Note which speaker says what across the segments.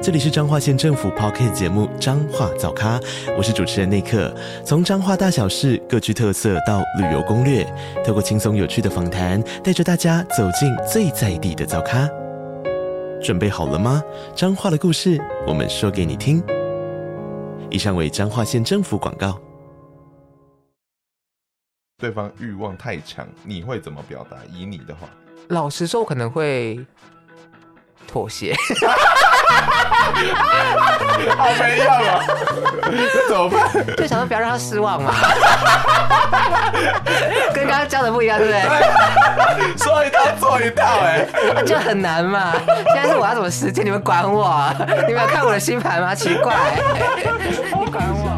Speaker 1: 这里是彰化县政府 p o c k t 节目《彰化早咖》，我是主持人内克。从彰化大小事各具特色到旅游攻略，透过轻松有趣的访谈，带着大家走进最在地的早咖。准备好了吗？彰化的故事，我们说给你听。以上为彰化县政府广告。
Speaker 2: 对方欲望太强，你会怎么表达？以你的话，
Speaker 3: 老实说，我可能会妥协。
Speaker 2: 好没用啊！ 这怎么 办？
Speaker 3: 就想说不要让他失望嘛，跟刚刚教的不一样，对不
Speaker 2: 哎
Speaker 3: 对？
Speaker 2: 说一套做一套、哎，
Speaker 3: 就很难嘛。现在是我要怎么实践？你们管我啊？你们有看我的星盘吗？奇怪，你管我。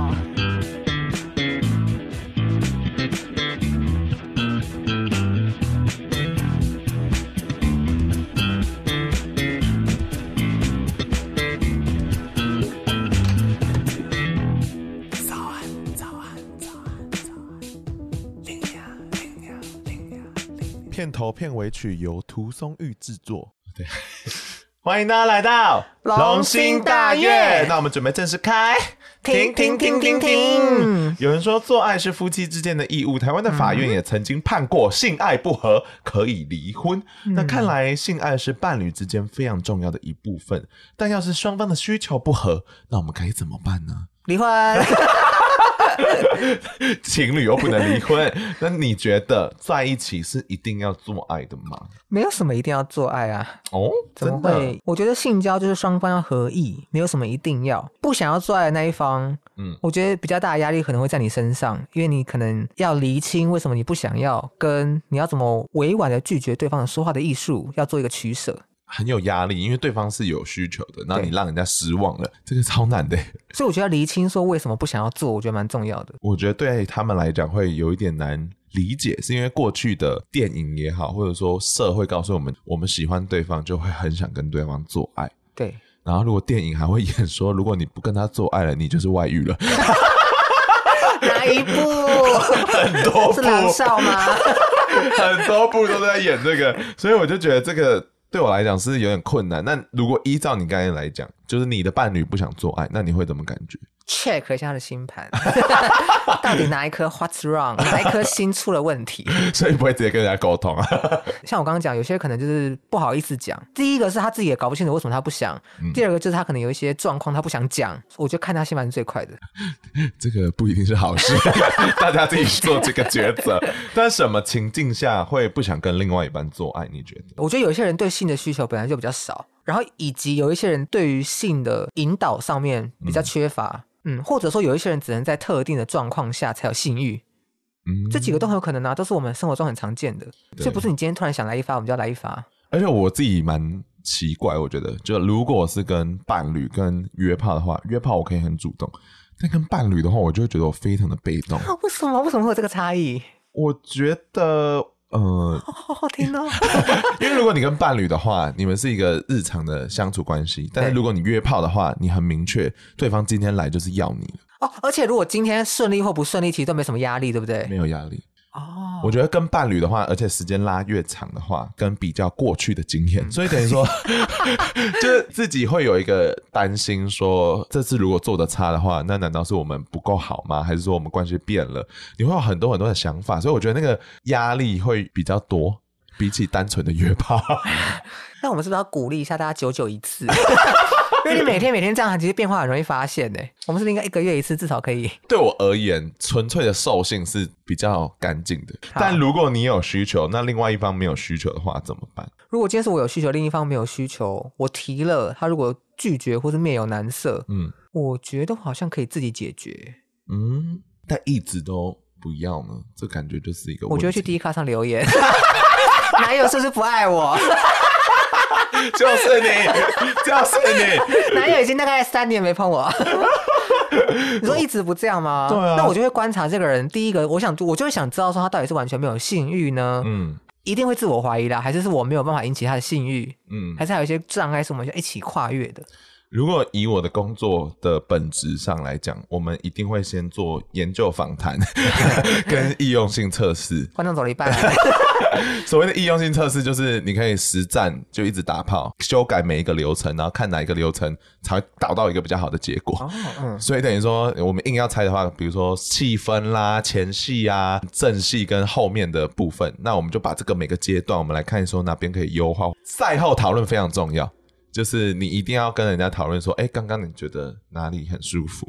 Speaker 4: 片头片尾曲由涂松玉制作。对， 欢迎大家来到
Speaker 3: 龙兴大悦
Speaker 4: 那我们准备正式开。
Speaker 3: 停停停停停！
Speaker 4: 有人说做爱是夫妻之间的义务，台湾的法院也曾经判过性爱不合可以离婚。
Speaker 3: 嗯
Speaker 4: 那看来性爱是伴侣之间非常重要的一部分，但要是双方的需求不合，那我们该怎么办呢？
Speaker 3: 离婚。
Speaker 4: 情侣又不能离婚，那你觉得在一起是一定要做爱的吗？
Speaker 3: 没有什么一定要做爱啊，
Speaker 4: 哦，
Speaker 3: 怎么
Speaker 4: 真的，
Speaker 3: 会？我觉得性交就是双方要合意，没有什么一定要。不想要做爱的那一方，
Speaker 4: 嗯
Speaker 3: 嗯，我觉得比较大的压力可能会在你身上，因为你可能要厘清为什么你不想要，跟你要怎么委婉的拒绝对方的说话的艺术，要做一个取舍。
Speaker 4: 很有压力，因为对方是有需求的，然后你
Speaker 3: 对
Speaker 4: 让人家失望了，这个超难的。
Speaker 3: 所以我觉得厘清说为什么不想要做，我觉得蛮重要的。
Speaker 4: 我觉得对他们来讲会有一点难理解，是因为过去的电影也好，或者说社会告诉我们，我们喜欢对方就会很想跟对方做爱。
Speaker 3: 对，
Speaker 4: 然后，如果电影还会演说，如果你不跟他做爱了，你就是外遇了，
Speaker 3: 哪一部？
Speaker 4: 很多
Speaker 3: 是
Speaker 4: 部
Speaker 3: 狼少吗？
Speaker 4: 很多部都在演这个，所以我就觉得这个对我来讲是有点困难。那如果依照你刚才来讲，就是你的伴侣不想做爱，那你会怎么感觉？
Speaker 3: check 一下他的星盘， 到底哪一颗 What's wrong？哪一颗心出了问题？
Speaker 4: 所以不会直接跟人家沟通啊？
Speaker 3: 像我刚刚讲，有些可能就是不好意思讲。第一个是他自己也搞不清楚为什么他不想，
Speaker 4: 嗯
Speaker 3: 第二个就是他可能有一些状况他不想讲。我觉得看他星盘是最快的。
Speaker 4: 这个不一定是好事， 大家自己做这个抉择。但什么情境下会不想跟另外一半做爱？你觉得？
Speaker 3: 我觉得有一些人对性的需求本来就比较少，然后以及有一些人对于性的引导上面比较缺乏。嗯，或者说有一些人只能在特定的状况下才有性欲，
Speaker 4: 嗯
Speaker 3: 这几个都很有可能啊，都是我们生活中很常见的，所以不是你今天突然想来一发，我们就要来一发。
Speaker 4: 而且我自己蛮奇怪，我觉得，就如果是跟伴侣跟约炮的话，约炮我可以很主动，但跟伴侣的话，我就会觉得我非常的被动。
Speaker 3: 啊，为什么为什么会有这个差异？
Speaker 4: 我觉得，呃，
Speaker 3: 哦好好 听哦。
Speaker 4: 因为如果你跟伴侣的话，你们是一个日常的相处关系；但是
Speaker 3: 对
Speaker 4: 如果你约炮的话，你很明确，对方今天来就是要你了，
Speaker 3: 哦，而且如果今天顺利或不顺利，其实都没什么压力，对不对？
Speaker 4: 没有压力。
Speaker 3: 哦，
Speaker 4: 我觉得跟伴侣的话，而且时间拉越长的话，跟比较过去的经验，所以等于说，就是自己会有一个担心说这次如果做的差的话，那难道是我们不够好吗？还是说我们关系变了？你会有很多很多的想法，所以我觉得那个压力会比较多，比起单纯的约炮。
Speaker 3: 那我们是不是要鼓励一下大家九九一 次？因为你每天每天这样，其实变化很容易发现呢。我们是不是应该一个月一次，至少可以？
Speaker 4: 对我而言，纯粹的兽性是比较干净的，但如果你有需求，那另外一方没有需求的话怎么办？
Speaker 3: 如果今天是我有需求，另一方没有需求，我提了，他如果拒绝或是面有难色，
Speaker 4: 嗯
Speaker 3: 我觉得我好像可以自己解决。
Speaker 4: 嗯，但一直都不要呢，这感觉就是一个
Speaker 3: 我觉得
Speaker 4: 问
Speaker 3: 去
Speaker 4: 题
Speaker 3: 第一咖上留 言， 男友是不是不爱我？
Speaker 4: 就是你， 就是
Speaker 3: 男友已经大概三年没 碰我。你说一直不这样吗？
Speaker 4: 对啊
Speaker 3: 那我就会观察这个人。第一个，我想，我就会想知道说他到底是完全没有性欲呢，
Speaker 4: 你，嗯，
Speaker 3: 一定会自我怀疑啦，还是是我没有办法引起他的性欲，
Speaker 4: 嗯，
Speaker 3: 还是还有一些障碍是我们需要一起跨越的？
Speaker 4: 如果以我的工作的本质上来讲，我们一定会先做研究访谈 跟易用性测试。
Speaker 3: 观众走 了一半，
Speaker 4: 所谓的易用性测试，就是你可以实战就一直打炮，修改每一个流程，然后看哪一个流程才会达到一个比较好的结果。
Speaker 3: 哦，嗯，
Speaker 4: 所以等于说，我们硬要猜的话，比如说气氛啦、前戏啊、正戏跟后面的部分，那我们就把这个每个阶段，我们来看说哪边可以优化。赛后讨论非常重要，就是你一定要跟人家讨论说，哎、刚刚你觉得哪里很舒服，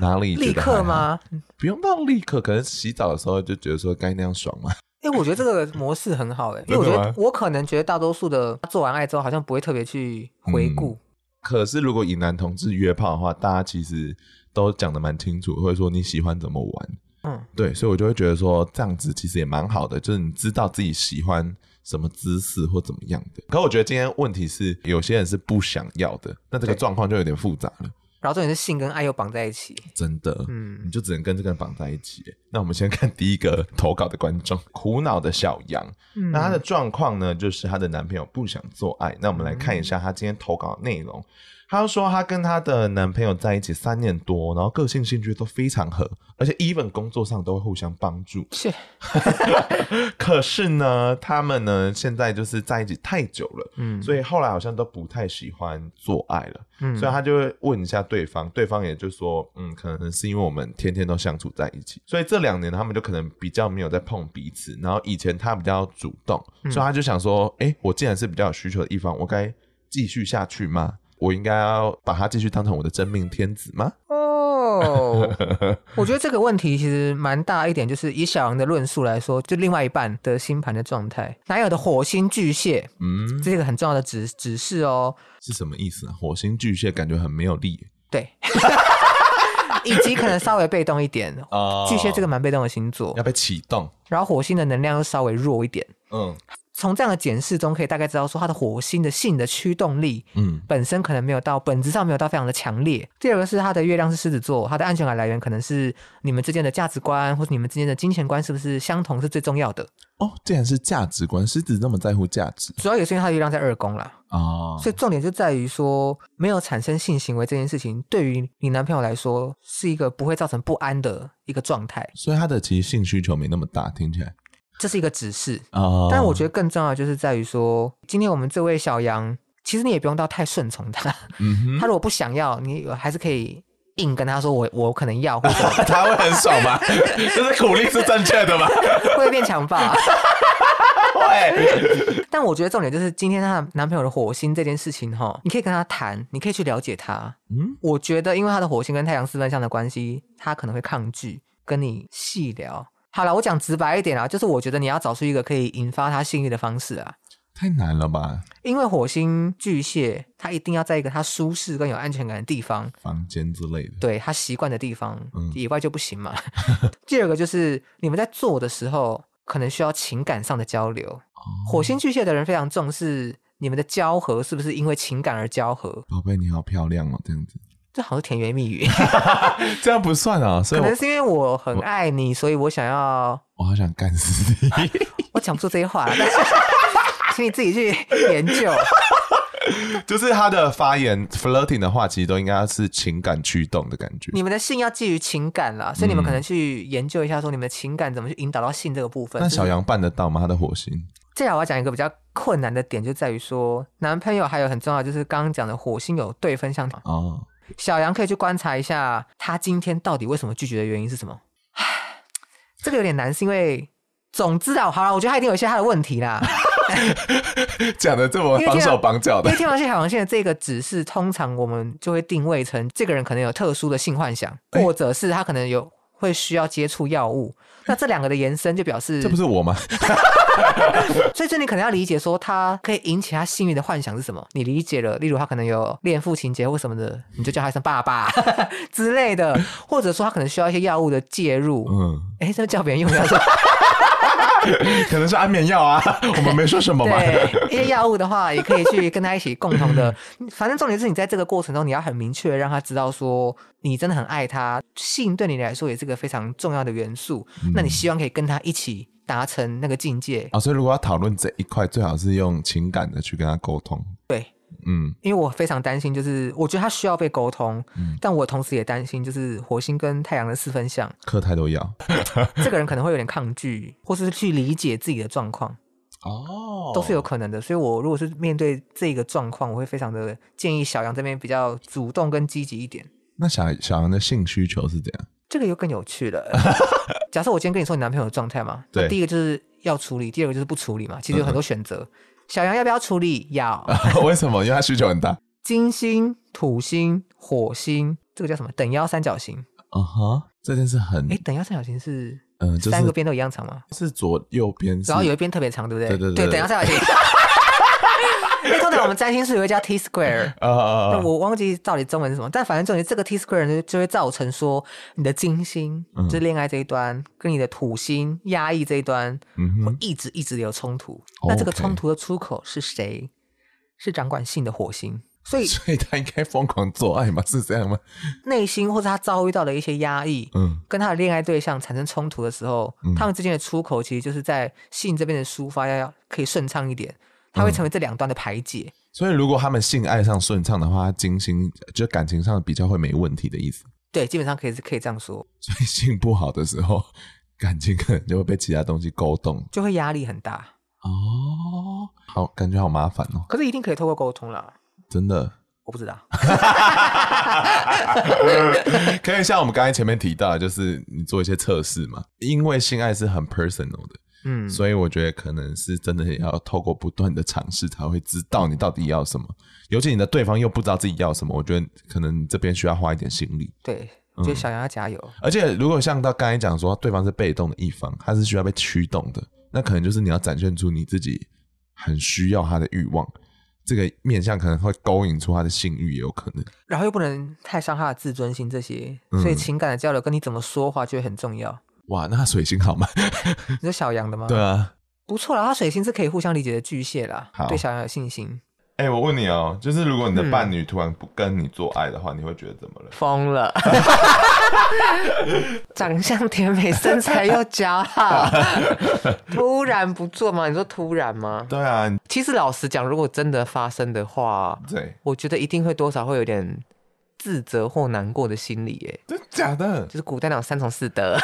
Speaker 4: 哪里觉
Speaker 3: 立
Speaker 4: 得还好嗯
Speaker 3: 刻？吗？
Speaker 4: 不用到立刻，可能洗澡的时候就觉得说该那样爽嘛。
Speaker 3: 哎、我觉得这个模式很好哎、因为我觉
Speaker 4: 真的
Speaker 3: 得
Speaker 4: 吗
Speaker 3: 我可能觉得大多数的做完爱之后，好像不会特别去回顾。
Speaker 4: 嗯可是如果以男同志约炮的话，大家其实都讲的蛮清楚，或者说你喜欢怎么玩，
Speaker 3: 嗯，
Speaker 4: 对，所以我就会觉得说这样子其实也蛮好的，就是你知道自己喜欢什么姿势或怎么样的。可我觉得今天问题是有些人是不想要的，那这个
Speaker 3: 对
Speaker 4: 状况就有点复杂了，
Speaker 3: 然后重点是性跟爱又绑在一起，
Speaker 4: 真的。你
Speaker 3: 嗯，
Speaker 4: 就只能跟这个人绑在一起。那我们先看第一个投稿的观众，苦恼的小羊。
Speaker 3: 嗯
Speaker 4: 那她的状况呢，就是她的男朋友不想做爱。那我们来看一下她今天投稿的内容。她说她跟她的男朋友在一起三年多，然后个性兴趣都非常合，而且 even 工作上都会互相帮助。
Speaker 3: 是
Speaker 4: 可是呢，他们呢现在就是在一起太久了，
Speaker 3: 嗯
Speaker 4: 所以后来好像都不太喜欢做爱了。
Speaker 3: 嗯
Speaker 4: 所以他就会问一下对方，对方也就说，嗯，可能是因为我们天天都相处在一起，所以这两年他们就可能比较没有在碰彼此。然后以前他比较主动，
Speaker 3: 嗯
Speaker 4: 所以他就想说，诶，我既然是比较有需求的一方，我该继续下去吗？我应该要把他继续当成我的真命天子吗？
Speaker 3: 哦， 我觉得这个问题其实蛮大一点，就是以小杨的论述来说，就另外一半的星盘的状态，男友的火星巨蟹，
Speaker 4: 嗯，
Speaker 3: 这是一个很重要的指指示哦。
Speaker 4: 是什么意思啊？火星巨蟹感觉很没有力
Speaker 3: 对， 以及可能稍微被动一点，
Speaker 4: 啊
Speaker 3: 巨蟹这个蛮被动的星座
Speaker 4: 要，被启动，
Speaker 3: 然后火星的能量又稍微弱一点。
Speaker 4: 嗯
Speaker 3: 从这样的检视中，可以大概知道说他的火星的性的驱动力
Speaker 4: 嗯。
Speaker 3: 本身可能没有到本质上没有到非常的强烈。第二个是他的月亮是狮子座，他的安全感来源可能是你们之间的价值观或者你们之间的金钱观是不是相同是最重要的。
Speaker 4: 哦，竟然是价值观，狮子那么在乎价值
Speaker 3: 主要也是因为他的月亮在二宫啦，
Speaker 4: 啊
Speaker 3: 所以重点就在于说没有产生性行为这件事情，对于你男朋友来说是一个不会造成不安的一个状态，
Speaker 4: 所以他的其实性需求没那么大，听起来
Speaker 3: 这是一个指示。
Speaker 4: 啊
Speaker 3: 但我觉
Speaker 4: 得，
Speaker 3: 得更重要的就是在于说，今天我们这位小杨，其实你也不用到太顺从他，
Speaker 4: 嗯
Speaker 3: 他如果不想要，你还是可以硬跟他说我我可能要，或者
Speaker 4: 哼， 他会很爽 吗？就是鼓励是正确的吗？
Speaker 3: 会变强暴。啊
Speaker 4: 会，
Speaker 3: 但我觉得重点就是今天她的男朋友的火星这件事情哈，你可以跟他谈，你可以去了解他。
Speaker 4: 嗯，
Speaker 3: 我觉得因为他的火星跟太阳四分相的关系，他可能会抗拒跟你细聊。好了，我讲直白一点啊，就是我觉得你要找出一个可以引发他性欲的方式啊，
Speaker 4: 太难了吧？
Speaker 3: 因为火星巨蟹，他一定要在一个他舒适跟有安全感的地方，
Speaker 4: 房间之类的，
Speaker 3: 对他习惯的地方
Speaker 4: 嗯
Speaker 3: 以外就不行嘛。 第二个就是你们在做的时候，可能需要情感上的交流。
Speaker 4: 哦
Speaker 3: 火星巨蟹的人非常重视你们的交合，是不是因为情感而交合？
Speaker 4: 宝贝你好漂亮哦，这样子，
Speaker 3: 这好像是甜言蜜语，
Speaker 4: 这样不算啊，所
Speaker 3: 可
Speaker 4: 以我
Speaker 3: 能是因为我很爱你，所以我想要，
Speaker 4: 我好想干死你。
Speaker 3: 我讲不出这些话，但是 请你自己去研究。
Speaker 4: 就是他的发言 flirting 的话，其实都应该是情感驱动的感觉。
Speaker 3: 你们的性要基于情感啦，所以你们
Speaker 4: 嗯
Speaker 3: 可能去研究一下，说你们的情感怎么去引导到性这个部分。
Speaker 4: 那
Speaker 3: 就是
Speaker 4: 小杨办得到吗？他的火星，
Speaker 3: 接下来我要讲一个比较困难的点，就在于说，男朋友还有很重要，就是刚刚讲的火星有对分相。
Speaker 4: 哦，
Speaker 3: 小杨可以去观察一下，他今天到底为什么拒绝的原因是什么？唉，这个有点难，是因为总之啊，好了，我觉得他一定有一些他的问题啦。
Speaker 4: 讲的这么
Speaker 3: 因为
Speaker 4: 绑
Speaker 3: 这
Speaker 4: 手
Speaker 3: 样
Speaker 4: 绑脚
Speaker 3: 因
Speaker 4: 的
Speaker 3: 为，天王星、海王星的这个指示，通常我们就会定位成这个人可能有特殊的性幻想，
Speaker 4: 哎
Speaker 3: 或者是他可能有会需要接触药物。那这两个的延伸就表示，
Speaker 4: 这不是我吗？
Speaker 3: 所以这你可能要理解说，他可以引起他性欲的幻想是什么？你理解了，例如他可能有恋父情节或什么的，你就叫他一声爸爸 之类的，或者说他可能需要一些药物的介入。
Speaker 4: 嗯，
Speaker 3: 哎、这叫别人用药是吧？
Speaker 5: 可能是安眠药 啊，我们没说什么嘛。
Speaker 3: 对，一些药物的话，也可以去跟他一起共同的。反正重点是你在这个过程中，你要很明确地让他知道说，你真的很爱他。性对你来说也是个非常重要的元素，那你希望可以跟他一起达成那个境界。
Speaker 4: 哦
Speaker 5: 啊、所以如果要讨论这一块，最好是用情感的去跟他沟通。
Speaker 3: 对，
Speaker 5: 嗯，
Speaker 3: 因为我非常担心，就是我觉得他需要被沟通，但我同时也担心，就是火星跟太阳的四分相，
Speaker 5: 嗑太多药
Speaker 3: 这个人可能会有点抗拒，或是去理解自己的状况。
Speaker 5: 哦
Speaker 3: 都是有可能的。所以我如果是面对这个状况，我会非常的建议小杨这边比较主动跟积极一点。
Speaker 5: 那小小杨的性需求是怎样？
Speaker 3: 这个又更有趣了。 假设我今天跟你说你男朋友的状态嘛，那
Speaker 5: 对
Speaker 3: 第一个就是要处理，第二个就是不处理嘛。其实有很 多选择。小杨要不要处理？要。
Speaker 5: 为什么？因为他需求很大。
Speaker 3: 金星、土星、火星，这个叫什么？等腰三角形。
Speaker 5: 嗯哼，这件事很
Speaker 3: 哎，等腰三角形是
Speaker 5: 嗯，就是
Speaker 3: 三个边都一样长吗？
Speaker 5: 是左右边是，
Speaker 3: 只要有一边特别长，对不对？
Speaker 5: 对对对
Speaker 3: 等腰三角形。 因为通常我们占星术有一个叫 T square，
Speaker 5: 啊啊啊，
Speaker 3: 但我忘记到底中文是什么，但反正重点这个 T square 呢，就会造成说你的金星，
Speaker 5: 嗯
Speaker 3: 就是恋爱这一端，跟你的土星压抑这一端，
Speaker 5: 嗯
Speaker 3: 会
Speaker 5: 哼，
Speaker 3: 一直一直有冲突。
Speaker 5: OK
Speaker 3: 那这个冲突的出口是谁？是掌管性的火星，所以
Speaker 5: 所以他应该疯狂做爱吗？是这样吗？
Speaker 3: 内心或者他遭遇到的一些压抑，
Speaker 5: 嗯
Speaker 3: 跟他的恋爱对象产生冲突的时候，
Speaker 5: 嗯
Speaker 3: 他们之间的出口其实就是在性这边的抒发要要可以顺畅一点，它
Speaker 5: 嗯
Speaker 3: 会成为这两端的排解。
Speaker 5: 所以如果他们性爱上顺畅的话，他金星就感情上比较会没问题的意思。
Speaker 3: 对，基本上可以是可以这样说，
Speaker 5: 所以性不好的时候， 感情可能就会被其他东西勾动。
Speaker 3: 就会压力很大。
Speaker 5: 哦，好，感觉好麻烦哦，
Speaker 3: 可是一定可以透过沟通啦，
Speaker 5: 真的。
Speaker 3: 我 不知道。
Speaker 5: 可以像我们刚才前面提到的，就是你做一些测试嘛，因为性爱是很 personal 的，
Speaker 3: 嗯，
Speaker 5: 所以我觉得可能是真的要透过不断的尝试，才会知道你到底要什么。尤其你的对方又不知道自己要什么，我觉得可能你这边需要花一点心力。
Speaker 3: 对，
Speaker 5: 嗯
Speaker 3: 我觉得小杨要加油。
Speaker 5: 而且如果像到刚才讲说，对方是被动的一方，他是需要被驱动的，那可能就是你要展现出你自己很需要他的欲望，这个面向可能会勾引出他的性欲，也有可能。
Speaker 3: 然后又不能太伤他的自尊心这些，所以
Speaker 5: 嗯
Speaker 3: 情感的交流跟你怎么说话就会很重要。
Speaker 5: 哇，那他水星好吗？
Speaker 3: 你说小杨的吗？
Speaker 5: 对，啊，
Speaker 3: 不错啦，他水星是可以互相理解的巨蟹啦
Speaker 5: 好，
Speaker 3: 对小杨有信心。
Speaker 4: 哎、我问你哦，就是如果你的
Speaker 3: 嗯
Speaker 4: 伴侣突然不跟你做爱的话，你会觉得怎么了？
Speaker 3: 疯了，长相甜美，身材又姣 好，突然不做吗？你说突然吗？
Speaker 4: 对啊，你
Speaker 6: 其实老实讲，如果真的发生的话，
Speaker 4: 对，
Speaker 6: 我觉得一定会多少会有点自责或难过的心理，耶。
Speaker 4: 真假的？
Speaker 6: 就是古代那种三从四 德，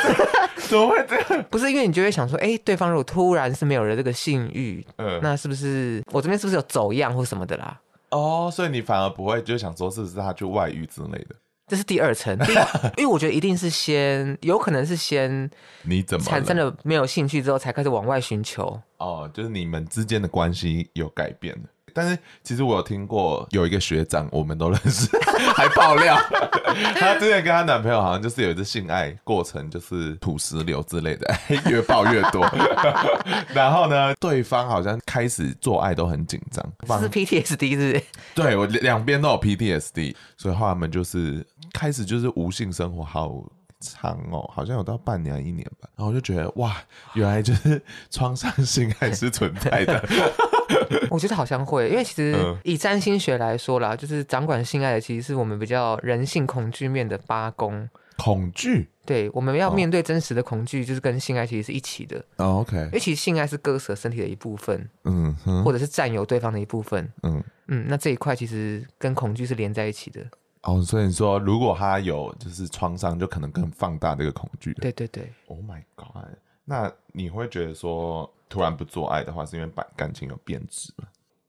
Speaker 4: 怎么会这样？
Speaker 6: 不是因为你就会想说，哎，对方如果突然是没有了这个性欲，
Speaker 4: 嗯，
Speaker 6: 那是不是我这边是不是有走样或什么的啦？
Speaker 4: 哦，所以你反而不会就想说是不是他去外遇之类的？
Speaker 6: 这是第二层， 第一因为我觉得一定是先，有可能是先
Speaker 4: 你怎么
Speaker 6: 产生了没有兴趣之后，才开始往外寻求。
Speaker 4: 哦，就是你们之间的关系有改变了。但是其实我有听过有一个学长，我们都认识， 还爆料， 她之前跟她男朋友好像就是有一次性爱过程，就是土石流之类的， 越爆越多。 然后呢，对方好像开始做爱都很紧张，
Speaker 6: 这是 PTSD 是
Speaker 4: 对我两边都有 PTSD，所以后来他们就是开始就是无性生活好长哦，好像有到半年一年吧。然后我就觉得哇，原来就是创伤性还是存 在的。
Speaker 6: 不是，我觉得好像会，因为其实
Speaker 4: 嗯
Speaker 6: 以占星学来说啦，就是掌管性爱的其实是我们比较人性恐惧面的八宫。
Speaker 4: 恐惧。
Speaker 6: 对，我们要
Speaker 4: 哦
Speaker 6: 面对真实的恐惧，就是跟性爱其实是一起的，
Speaker 4: Oh,
Speaker 5: 哦
Speaker 6: 因
Speaker 5: OK，
Speaker 6: 为其实性爱是割舍身体的一部分，
Speaker 5: 嗯哼，
Speaker 6: 或者是占有对方的一部分。
Speaker 5: 嗯，
Speaker 6: 嗯，那这一块其实跟恐惧是连在一起的。
Speaker 4: 哦，所以你说，如果他有就是创伤，就可能更放大这个恐惧。
Speaker 6: 对对对，
Speaker 4: ，Oh my god！那你会觉得说，突然不做爱的话，是因为感感情有变质吗？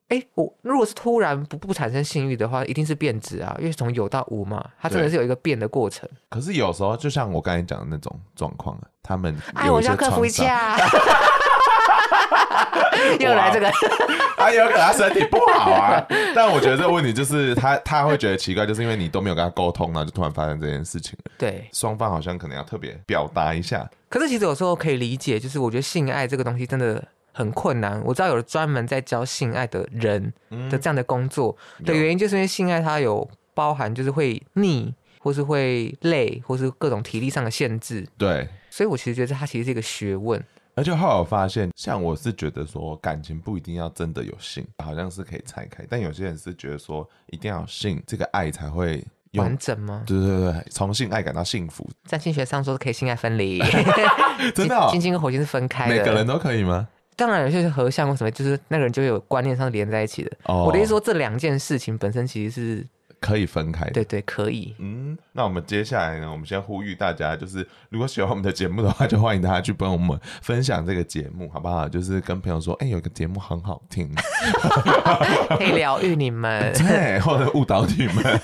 Speaker 6: 哎，我如果是突然不不产生性欲的话，一定是变质啊，因为从有到无嘛，它真的
Speaker 4: 对
Speaker 6: 是有一个变的过程。
Speaker 4: 可是有时候，就像我刚才讲的那种状况啊，他们
Speaker 6: 哎，
Speaker 4: 有
Speaker 6: 我
Speaker 4: 些
Speaker 6: 要克服一
Speaker 4: 创伤，
Speaker 6: 下。 又来这个，
Speaker 4: 啊，有可能他身体不好啊。但我觉得这个问题就是他他会觉得奇怪，就是因为你都没有跟他沟通，然后就突然发生这件事情了。
Speaker 6: 对。
Speaker 4: 双方好像可能要特别表达一下，
Speaker 6: 可是其实有时候可以理解，就是我觉得性爱这个东西真的很困难。我知道有专门在教性爱的人的这样的工作的
Speaker 4: 有
Speaker 6: 原因，就是因为性爱它有包含就是会腻，或是会累，或是各种体力上的限制。
Speaker 4: 对，
Speaker 6: 所以我其实觉得它其实是一个学问。
Speaker 4: 而且后来我发现，像我是觉得说感情不一定要真的有性，好像是可以拆开，但有些人是觉得说一定要有性，这个爱才会有
Speaker 3: 完整吗？
Speaker 4: 对对对，对从性爱感到幸福，
Speaker 3: 占星学上说可以性爱 分离，
Speaker 4: 真的哦
Speaker 3: 金星跟火星是分开的。
Speaker 4: 每个人都可以吗？
Speaker 3: 当然有些是合相或什么，就是那个人就有观念上连在一起的。
Speaker 4: 哦
Speaker 3: 我的意思说，这两件事情本身其实是
Speaker 4: 可以分开的。
Speaker 3: 对对可以。
Speaker 4: 嗯，那我们接下来呢？我们先呼吁大家，就是如果喜欢我们的节目的话，就欢迎大家去帮我们分享这个节目，好不好？就是跟朋友说，哎、有个节目很好听，。
Speaker 3: 可以疗愈你们
Speaker 4: 对，或者误导你们。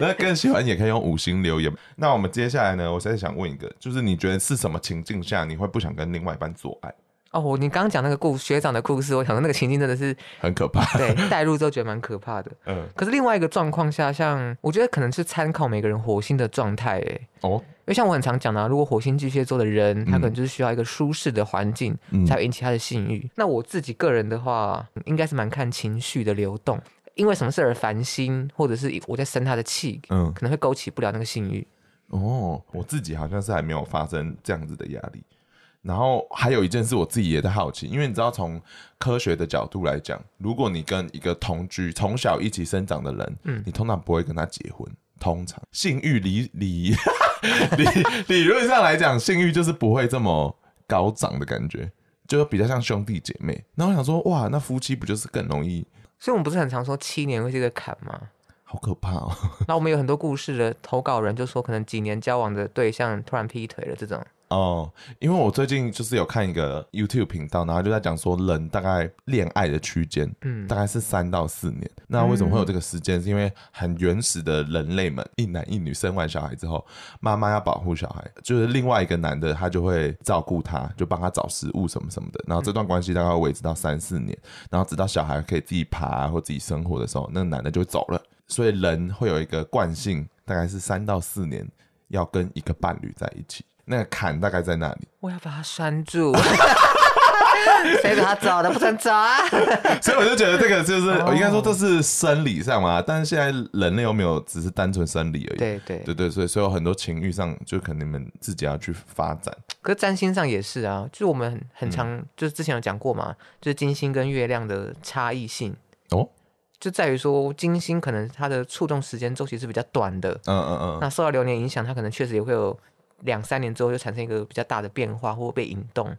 Speaker 4: 那更喜欢也可以用五星留言。那我们接下来呢？我现在想问一个，就是你觉得是什么情境下你会不想跟另外一半做爱？
Speaker 3: 哦，我你刚刚讲那个故学长的故事，我想说那个情境真的是
Speaker 4: 很可怕。
Speaker 3: 对带入之后觉得蛮可怕的。
Speaker 4: 嗯，
Speaker 3: 可是另外一个状况下，像我觉得可能是参考每个人火星的状态，欸诶，
Speaker 4: 哦，
Speaker 3: 因为像我很常讲的、啊，如果火星巨蟹座的人，他可能就是需要一个舒适的环境，
Speaker 4: 嗯
Speaker 3: 才会引起他的性欲。那我自己个人的话，应该是蛮看情绪的流动，因为什么事而烦心，或者是我在生他的气，
Speaker 4: 嗯
Speaker 3: 可能会勾起不了那个性欲。
Speaker 4: 哦，我自己好像是还没有发生这样子的压力。然后还有一件事，我自己也在好奇，因为你知道，从科学的角度来讲，如果你跟一个同居、从小一起生长的人，嗯，你通常不会跟他结婚。通常性欲理理理理论上来讲，性欲就是不会这么高涨的感觉，就是比较像兄弟姐妹。那我想说，哇，那夫妻不就是更容易？
Speaker 3: 所以我们不是很常说七年会是一个坎吗？
Speaker 4: 好可怕哦！
Speaker 3: 那我们有很多故事的投稿人就说，可能几年交往的对象突然劈腿了，这种
Speaker 4: 哦，因为我最近就是有看一个 YouTube 频道，然后就在讲说人大概恋爱的区间，嗯，大概是三到四年。那为什么会有这个时间？是因为很原始的人类们，一男一女生完小孩之后，妈妈要保护小孩，就是另外一个男的他就会照顾他，就帮他找食物什么什么的。然后这段关系大概会维持到三四年，然后直到小孩可以自己爬或自己生活的时候，那个男的就走了。所以人会有一个惯性，大概是三到四年要跟一个伴侣在一起，那个坎大概在那里。
Speaker 3: 我要把它拴住。 谁把他找的？不准找啊！
Speaker 4: 所以我就觉得这个就是，我
Speaker 3: 哦
Speaker 4: 应该说这是生理上嘛，但是现在人类又没有只是单纯生理而已。
Speaker 3: 对对
Speaker 4: 对对，所以所以有很多情欲上，就可能你们自己要去发展。
Speaker 3: 可是占星上也是啊，就是我们很
Speaker 4: 嗯
Speaker 3: 很常、就是之前有讲过嘛，就是金星跟月亮的差异性
Speaker 4: 哦，
Speaker 3: 就在于说金星可能它的触动时间周期是比较短的，
Speaker 4: 嗯嗯嗯，
Speaker 3: 那受到流年影响，它可能确实也会有两三年之后就产生一个比较大的变化或被引动。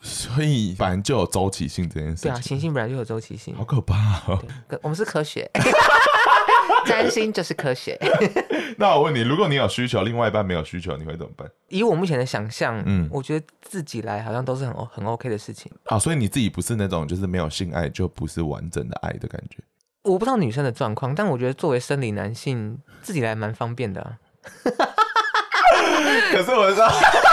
Speaker 4: 所以反正就有周期性这件事
Speaker 3: 对啊，
Speaker 4: 情，
Speaker 3: 行星本来就有周期性
Speaker 4: 好，可怕、哦。
Speaker 3: 对可我们是科学，占星就是科学。
Speaker 4: 那我问你，如果你有需求，另外一半没有需求，你会怎么办？
Speaker 3: 以我目前的想象，
Speaker 4: 嗯
Speaker 3: 嗯，我觉得自己来好像都是很 O- 很 OK 的事情。
Speaker 4: 啊，所以你自己不是那种就是没有性爱就不是完整的爱的感觉。
Speaker 3: 我不知道女生的状况，但我觉得作为生理男性，自己来蛮方便的、啊。
Speaker 4: 可是我是说，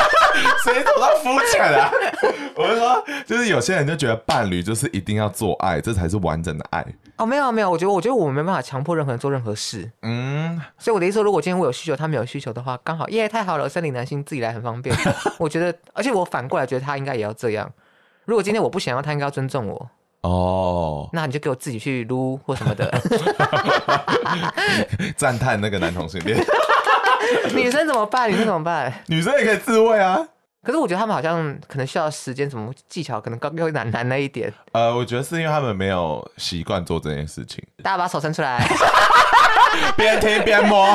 Speaker 4: 谁懂到肤浅啊？ 我是说，就是有些人就觉得伴侣就是一定要做爱，这才是完整的爱。
Speaker 3: 哦，没有啊没有，我觉得我觉得我们没办法强迫任何人做任何事，
Speaker 4: 嗯，
Speaker 3: 所以我的意思说，如果今天我有需求，他没有需求的话，刚好耶太好了，生理男性自己来很方便。我觉得，而且我反过来觉得他应该也要这样。如果今天我不想要，他应该要尊重我。
Speaker 4: 哦，
Speaker 3: 那你就给我自己去撸或什么的。
Speaker 4: 赞叹那个男同性恋，
Speaker 3: 女生怎么办？女生怎么办？
Speaker 4: 女生也可以自慰啊。
Speaker 3: 可是我觉得他们好像可能需要时间，什么技巧，可能更更难难了一点。
Speaker 4: 呃，我觉得是因为他们没有习惯做这件事情，
Speaker 3: 大家把手伸出来，
Speaker 4: 边听边摸。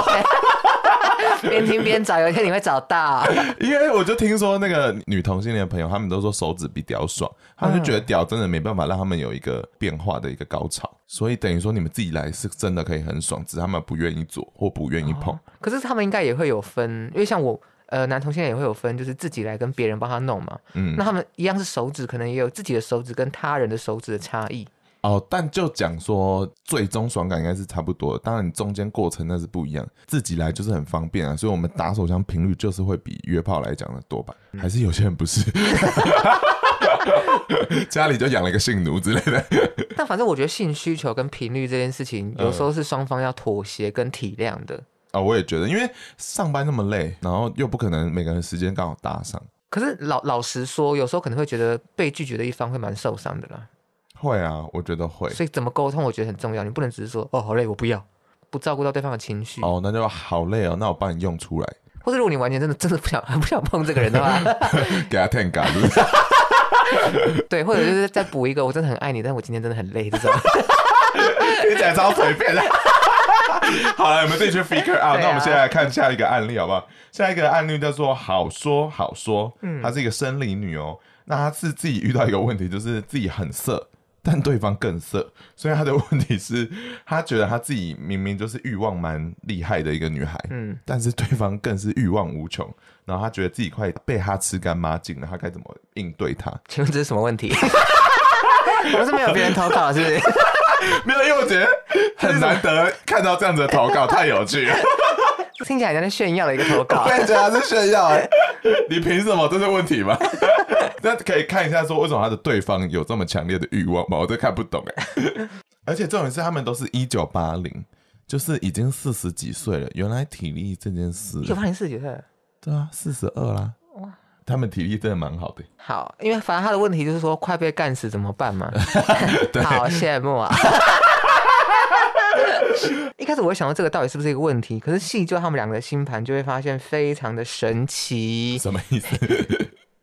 Speaker 3: 边听边找，有一天你会找到。
Speaker 4: 因为我就听说那个女同性恋朋友，他们都说手指比屌爽，他们就觉得屌真的没办法让他们有一个变化的一个高潮，所以等于说你们自己来是真的可以很爽，只是他们不愿意做或不愿意碰。
Speaker 3: 可是他们应该也会有分，因为像我，呃，男同性恋也会有分，就是自己来跟别人帮他弄嘛。
Speaker 4: 嗯
Speaker 3: 那他们一样是手指，可能也有自己的手指跟他人的手指的差异。
Speaker 4: 哦，但就讲说最终爽感应该是差不多的，当然你中间过程那是不一样，自己来就是很方便啊，所以我们打手枪频率就是会比约炮来讲的多吧？还是有些人不是，家里就养了一个性奴之类的。
Speaker 3: 但反正我觉得性需求跟频率这件事情，有时候是双方要妥协跟体谅的。
Speaker 4: 啊、我也觉得，因为上班那么累，然后又不可能每个人时间刚好搭上，
Speaker 3: 可是老老实说，有时候可能会觉得被拒绝的一方会蛮受伤的啦。
Speaker 4: 会啊，我觉得会。
Speaker 3: 所以怎么沟通，我觉得很重要。你不能只是说哦好累，我不要，不照顾到对方的情绪。
Speaker 4: 哦，那就好累哦，那我帮你用出来。
Speaker 3: 或者如果你完全真的真的不想 很不想碰这个人的话，
Speaker 4: 给他 ten 嘎，是不是
Speaker 3: 对，或者就是再补一个，我真的很爱你，但我今天真的很累这种。
Speaker 4: 听起来超随 便的。好了，我们自己去 figure out、
Speaker 3: 对啊
Speaker 4: 那我们现在来看下一个案例，好不好？下一个案例叫做“好说好说”，她是一个生理女哦。那她是自己遇到一个问题，就是自己很色，但对方更色，所以她的问题是，她觉得她自己明明就是欲望蛮厉害的一个女孩，嗯
Speaker 3: 嗯，
Speaker 4: 但是对方更是欲望无穷，然后她觉得自己快被她吃干抹净了，她该怎么应对她？
Speaker 3: 请问这是什么问题？ 我们是没有别人投稿，是不是？
Speaker 4: 没有，因为我觉得 很难得看到这样子的投稿，太有趣了。
Speaker 3: 听起来像在炫耀的一个投稿
Speaker 4: 我。也觉得他是炫耀、欸， 你凭什么？这是问题吗？ 那可以看一下说为什么他的对方有这么强烈的欲望吧，我都看不懂哎、 而且重点是他们都是一九八零，就是已经四十几岁了，原来体力这件事，
Speaker 3: 一九八零四九岁。
Speaker 4: 对啊，四十二啦，他们体力真的蛮好的、
Speaker 3: 好，因为反正他的问题就是说快被干死怎么办 嘛，好羡慕啊！ 一开始我会想到这个到底是不是一个问题，可是细究他们两个的星盘，就会发现非常的神奇。
Speaker 4: 什么意思？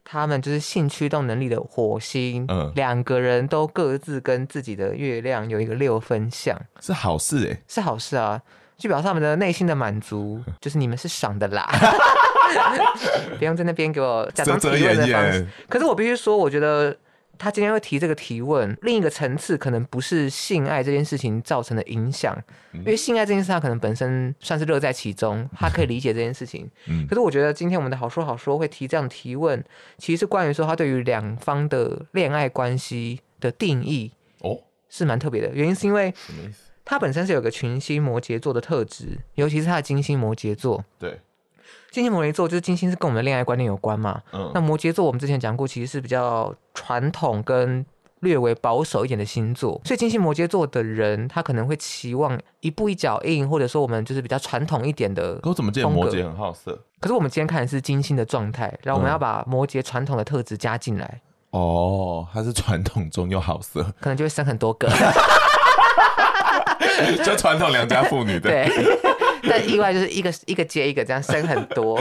Speaker 3: 他们就是性驱动能力的火星，
Speaker 4: 嗯
Speaker 3: 两个人都各自跟自己的月亮有一个六分相，
Speaker 4: 是好事哎、
Speaker 3: 是好事啊，就表示他们的内心的满足， 就是你们是爽的啦。 不用在那边给我假装提
Speaker 4: 遮遮
Speaker 3: 问的
Speaker 4: 掩
Speaker 3: 方式
Speaker 4: 掩。
Speaker 3: 可是我必须说，我觉得他今天会提这个提问，另一个层次可能不是性爱这件事情造成的影响，
Speaker 4: 嗯
Speaker 3: 因为性爱这件事他可能本身算是乐在 其中，他可以理解这件事情。
Speaker 4: 嗯
Speaker 3: 可是我觉得今天我们的好说好说会提这样的提问，其实是关于说他对于两方的恋爱关系的定义。
Speaker 4: 哦，
Speaker 3: 是蛮特别的，原因是因为
Speaker 4: 什么意思？
Speaker 3: 它本身是有个群星摩羯座的特质，尤其是它的金星摩羯座。
Speaker 4: 对，
Speaker 3: 金星摩羯座就是金星是跟我们的恋爱观念有关嘛。
Speaker 4: 嗯
Speaker 3: 那摩羯座我们之前讲过，其实是比较传统跟略为保守一点的星座，所以金星摩羯座的人，他可能会期望一步一脚印，或者说我们就是比较传统一点的
Speaker 4: 可我怎么记得
Speaker 3: 风格
Speaker 4: 摩羯很好色
Speaker 3: 可是我们今天看的是金星的状态，然后我们要把摩羯传统的特质加进来，
Speaker 4: 哦，他是传统中又好色，
Speaker 3: 可能就会生很多个。
Speaker 4: 就传统良家妇女的。
Speaker 3: 对， 但意外就是一个一个接一个这样生很多。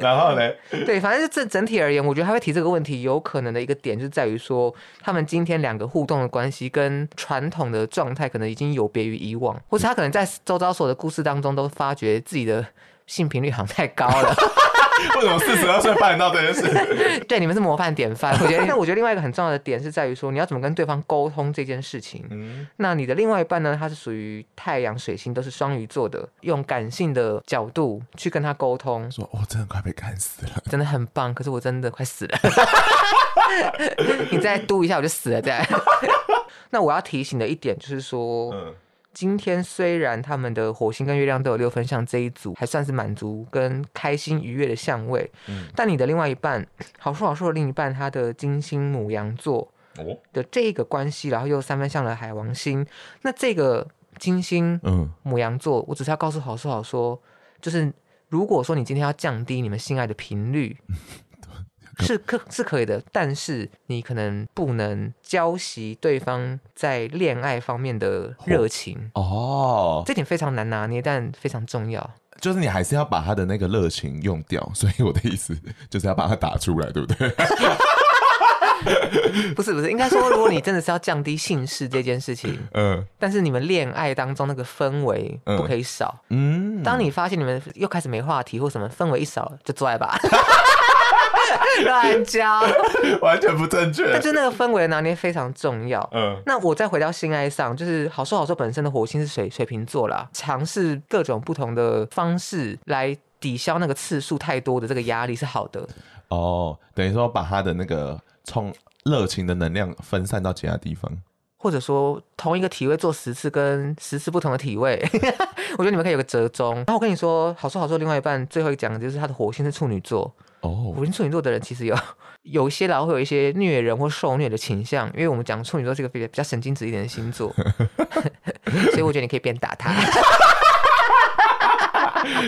Speaker 4: 然后嘞，
Speaker 3: 对，反正就整整体而言，我觉得他会提这个问题，有可能的一个点就在于说，他们今天两个互动的关系跟传统的状态可能已经有别于以往，或是他可能在周遭所有的故事当中都发觉自己的性频率好像太高了。
Speaker 4: 为什么四十二岁办得到这件事？
Speaker 3: 对，你们是模范典范。我觉得，但我觉得另外一个很重要的点是在于说，你要怎么跟对方沟通这件事情。
Speaker 4: 嗯，
Speaker 3: 那你的另外一半呢？他是属于太阳、水星都是双鱼座的，用感性的角度去跟他沟 通，
Speaker 4: 说我真的快被干死了，
Speaker 3: 真的很棒，可是我真的快死了。 你再嘟一下我就死了，这样。 那我要提醒的一点就是说，
Speaker 4: 嗯，
Speaker 3: 今天虽然他们的火星跟月亮都有六分相这一组，还算是满足跟开心愉悦的相位，
Speaker 4: 嗯
Speaker 3: 但你的另外一半，好说好说的另一半，他的金星母羊座
Speaker 4: 哦，
Speaker 3: 的这个关系，然后又三分相了海王星，那这个金星
Speaker 4: 嗯，
Speaker 3: 母羊座，我只是要告诉好说好说，就是如果说你今天要降低你们性爱的 频率，是可是可以的，但是你可能不能浇熄对方在恋爱方面的热情，
Speaker 4: 哦，
Speaker 3: 这点非常难拿捏，但非常重要。
Speaker 4: 就是你还是要把他的那个热情用掉，所以我的意思就是要把它打出来，对不对？
Speaker 3: 不是不是，应该说，如果你真的是要降低性事这件 事情，
Speaker 4: 嗯
Speaker 3: 但是你们恋爱当中那个氛围
Speaker 4: 嗯
Speaker 3: 不可以少。
Speaker 4: 嗯，
Speaker 3: 当你发现你们又开始没话题或什么氛围一少了，就做爱吧， 乱交。
Speaker 4: 完全不正确
Speaker 3: 但，就那个氛围拿捏非常重要。
Speaker 4: 嗯
Speaker 3: 那我再回到性爱上，就是好说好说本身的火星是水水瓶座啦，尝试各种不同的方式来抵消那个次数太多的这个压力是好的。
Speaker 4: 哦，等于说把他的那个冲热情的能量分散到其他地方，
Speaker 3: 或者说同一个体位做十次，跟十次不同的体位， 我觉得你们可以有个折中。然后我跟你说，好说好说，另外一半最后一讲的就是他的火星是处女座，
Speaker 4: 哦
Speaker 3: 火，星处女座的人其实有 有一些啦，会有一些虐人或受虐的倾向，因为我们讲处女座是一个比较比较神经质一点的星座， 所以我觉得你可以鞭打 他。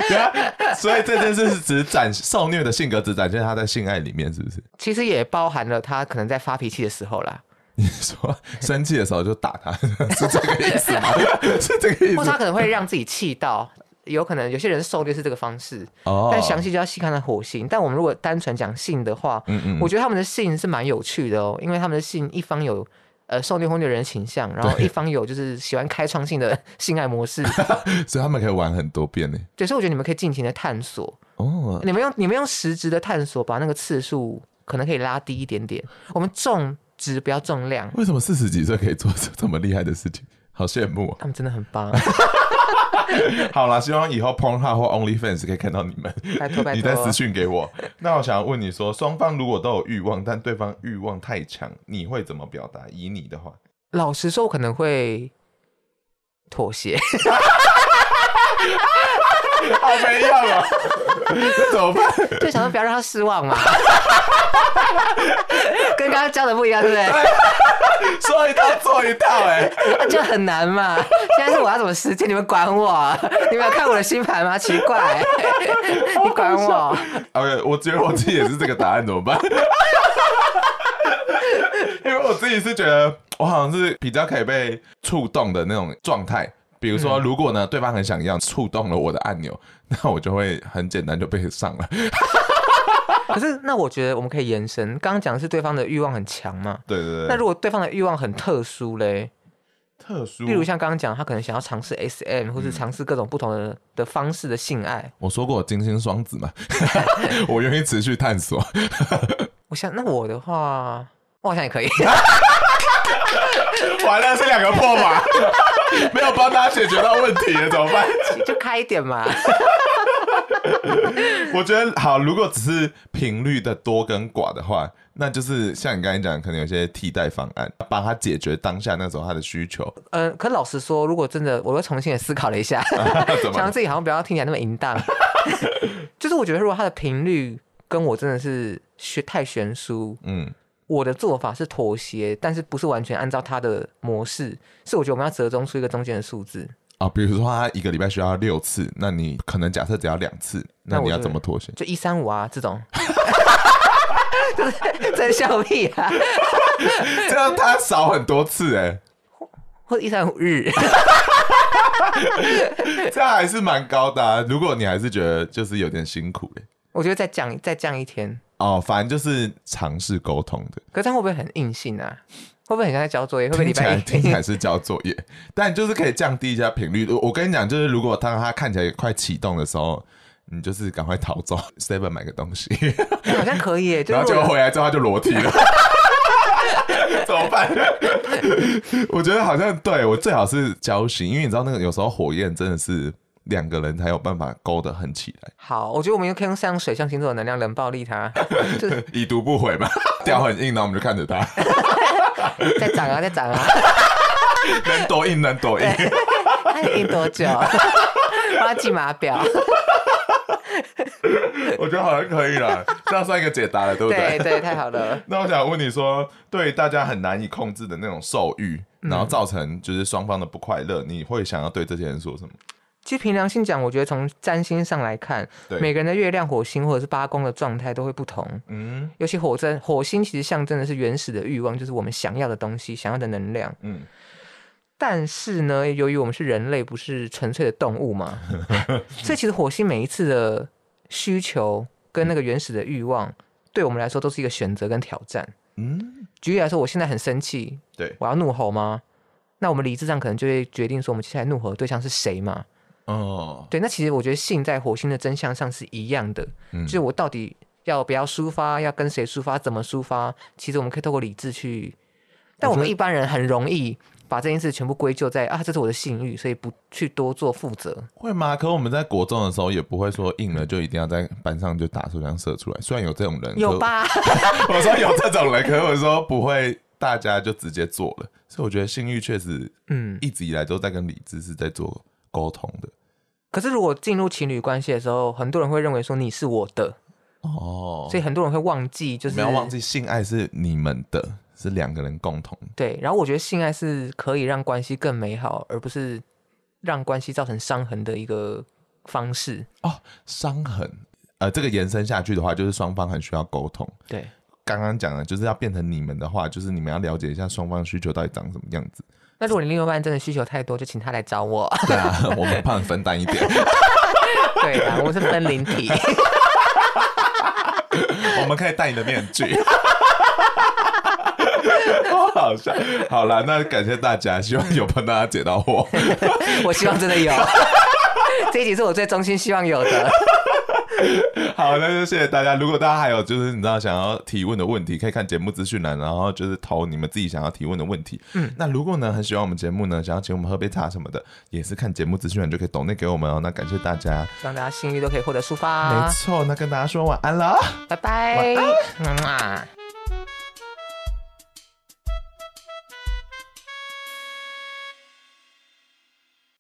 Speaker 4: 对啊，所以这件事是只展受虐的性格，只展现他在性爱里面，是不 是？
Speaker 3: 其实也包含了他可能在发脾气的时候啦，
Speaker 4: 你说生 气的时候就打他，是这个意思吗？是这个意
Speaker 3: 或
Speaker 4: 思
Speaker 3: 者他可能会让自己气到。有可能有些人狩猎是这个方式，
Speaker 4: 哦
Speaker 3: 但详细就要细看他火性。但我们如果单纯讲性的话，
Speaker 4: 嗯嗯，
Speaker 3: 我觉得他们的性是蛮有趣的哦，因为他们的性一方有。呃，狩猎婚猎人的倾向，然后一方有就是喜欢开创性的 性爱 模式，
Speaker 4: 所以他们可以玩很多遍呢。
Speaker 3: 对，所以我觉得你们可以尽情的探索，
Speaker 4: 哦，
Speaker 3: 你们用你们用实质的探索，把那个次数可能可以拉低一点点。我们重质不要重量，
Speaker 4: 为什么四十几岁可以做出这么厉害的事情？好羡慕哦！
Speaker 3: 他们真的很 棒，
Speaker 4: 好啦，希望以后 Pornhub 或 OnlyFans 可以看到你们，
Speaker 3: 拜托拜啊
Speaker 4: 你再私
Speaker 3: 托。
Speaker 4: 讯给我。那我想要问你说，双方如果都有欲望，但对方欲望太强，你会怎么表达？以你 的话，
Speaker 3: 老实说，我可能会 妥协，
Speaker 4: 好没用
Speaker 3: 啊
Speaker 4: 哦，那 怎么办？
Speaker 3: 就想说不要让他失望嘛。 跟刚刚教的不一样，对不对？
Speaker 4: 说一套做一套、哎，
Speaker 3: 那就很难嘛。现在是我要怎么实践？你们管我？你们有看我的星盘吗？奇 怪，你管我？
Speaker 4: OK，我觉得我自己也是这个答案，怎么办？ 因为我自己是觉得我好像是比较可以被触动的那种状态。比如
Speaker 3: 嗯
Speaker 4: 说，如果呢对方很想要触动了我的按钮， 那我就会很简单就被上了。
Speaker 3: 可是那我觉得我们可以延伸，刚刚讲的是对方的欲望很强嘛。
Speaker 4: 对对对，
Speaker 3: 那如果对方的欲望很特殊嘞，
Speaker 4: 特殊，
Speaker 3: 例如像刚刚讲，他可能想要尝试 SM，或是尝试各种不同的的方式的性爱，
Speaker 4: 我说过金星双 子嘛，我愿意持续探索。
Speaker 3: 我想那我的话，我好像也可以。
Speaker 4: 完了，这两个破马 没有帮大家解决到问题了，怎么办？
Speaker 3: 就开一点嘛。
Speaker 4: 我觉得好，如果只是频率的多跟寡的话，那就是像你刚才讲，可能有些替代方案，帮他解决当下那时候他的需求。
Speaker 3: 嗯，可老实说，如果真的，我又重新也思考了一下，
Speaker 4: 怎么
Speaker 3: 想
Speaker 4: 了
Speaker 3: 让自己好像不要听起来那么淫荡。 就是我觉得，如果他的频率跟我真的是学太悬殊，
Speaker 4: 嗯，
Speaker 3: 我的做法是妥协，但是不是完全按照他的模式，是我觉得我们要折中出一个中间的数字。
Speaker 4: 啊，比如说他一个礼拜需要六次，那你可能假设只要两次，那
Speaker 3: 那
Speaker 4: 你
Speaker 3: 我
Speaker 4: 要
Speaker 3: 就
Speaker 4: 怎么妥协？
Speaker 3: 就一三五啊这种。 就是真笑屁啊，
Speaker 4: 这样他少很多次哎、
Speaker 3: 或者一三五日，
Speaker 4: 这样还是蛮高的、啊。如果你还是觉得就是有点辛苦哎、
Speaker 3: 我觉得再降再降一天，
Speaker 4: 哦，反正就是尝试沟通的。
Speaker 3: 可是这样会不会很硬性啊？会不会很像在交作业？会不会礼
Speaker 4: 听起
Speaker 3: 拜
Speaker 4: 来
Speaker 3: 一
Speaker 4: 听起来是交作业，但就是可以降低一下频率。我我跟你讲，就是如果当它看起来快启动的时候，你就是赶快逃走，seven 买个东西，
Speaker 3: 好像可以耶，就
Speaker 4: 然
Speaker 3: 是
Speaker 4: 后结果
Speaker 3: 我
Speaker 4: 回来之后他就裸体了。 怎么办？ 我觉得好像对我最好是交心，因为你知道那个有时候火焰真的是两个人才有办法勾得很起来，
Speaker 3: 好，我觉得我们又可以用像水象星座的能量冷暴力它，就是
Speaker 4: 已读不回嘛，屌很硬，然后我们就看着他，
Speaker 3: 再涨啊，再涨啊，
Speaker 4: 能多硬能多硬。
Speaker 3: 它可以硬多久？ 我要记码表，
Speaker 4: 我觉得好像可以了，这样算一个解答了，对不
Speaker 3: 对对，太好了。
Speaker 4: 那我想问你说，对大家很难以控制的那种兽欲，然后
Speaker 3: 嗯
Speaker 4: 造成就是双方的不快乐，你会想要对这些人说什么？
Speaker 3: 其实凭良心讲，我觉得从占星上来看，
Speaker 4: 对
Speaker 3: 每个人的月亮、火星或者是八宫的状态都会不同。
Speaker 4: 嗯
Speaker 3: 尤其火针，火星其实象征的是原始的欲望，就是我们想要的东西、想要的能量。
Speaker 4: 嗯，
Speaker 3: 但是呢，由于我们是人类，不是纯粹的动物嘛，所以其实火星每一次的需求跟那个原始的欲望，对我们来说都是一个选择跟挑战。
Speaker 4: 嗯，
Speaker 3: 举例来说，我现在很生气，
Speaker 4: 对
Speaker 3: 我要怒吼吗？那我们理智上可能就会决定说，我们接下来怒吼的对象是谁嘛？
Speaker 4: 哦，
Speaker 3: 对，那其实我觉得性在火星的真相上是一样的，
Speaker 4: 嗯
Speaker 3: 就是我到底要不要抒发，要跟谁抒发，怎么抒发，其实我们可以透过理智去。但我们一般人很容易把这件事全部归咎在啊，这是我的性欲，所以不去多做负责。
Speaker 4: 会吗？可我们在国中的时候也不会说硬了就一定要在班上就打出枪射出来，虽然有这种人，
Speaker 3: 有吧？
Speaker 4: 可？我说有这种人，可是我说不会，大家就直接做了。所以我觉得性欲确实
Speaker 3: 嗯。
Speaker 4: 一直以来都在跟理智是在做沟通的。
Speaker 3: 可是如果进入情侣关系的时候，很多人会认为说你是我的，
Speaker 4: 哦，
Speaker 3: 所以很多人会忘记，就是
Speaker 4: 不要忘记性爱是你们的，是两个人共同的。
Speaker 3: 对。然后我觉得性爱是可以让关系更美好，而不是让关系造成伤痕的一个方式。
Speaker 4: 哦，伤痕，呃，这个延伸下去的话，就是双方很需要沟通。
Speaker 3: 对，
Speaker 4: 刚刚讲的就是要变成你们的话，就是你们要了解一下双方需求到底长什么样子。
Speaker 3: 那如果你另外一半真的需求太多，就请他来找我。
Speaker 4: 对啊，我们帮你分担一点。
Speaker 3: 对啊，我们是分灵体。
Speaker 4: 我们可以戴你的面具。 好好笑，好了，那感谢大家，希望有帮大家解到惑。
Speaker 3: 我希望 真的有，这一集是我最衷心希望有的。
Speaker 4: 好，那就谢谢大家。如果大家还有就是你知道想要提问的问题，可以看节目资讯栏，然后就是投你们自己想要提问的问题。嗯，那如果呢很喜欢我们节目呢，想要请我们喝杯茶什么的，也是看节目资讯栏就可以懂内给我们哦。那感谢大家，
Speaker 3: 希望大家性欲都可以获得抒
Speaker 4: 没
Speaker 3: 发。
Speaker 4: 错，那跟大家说晚安了。
Speaker 3: 拜拜，么么。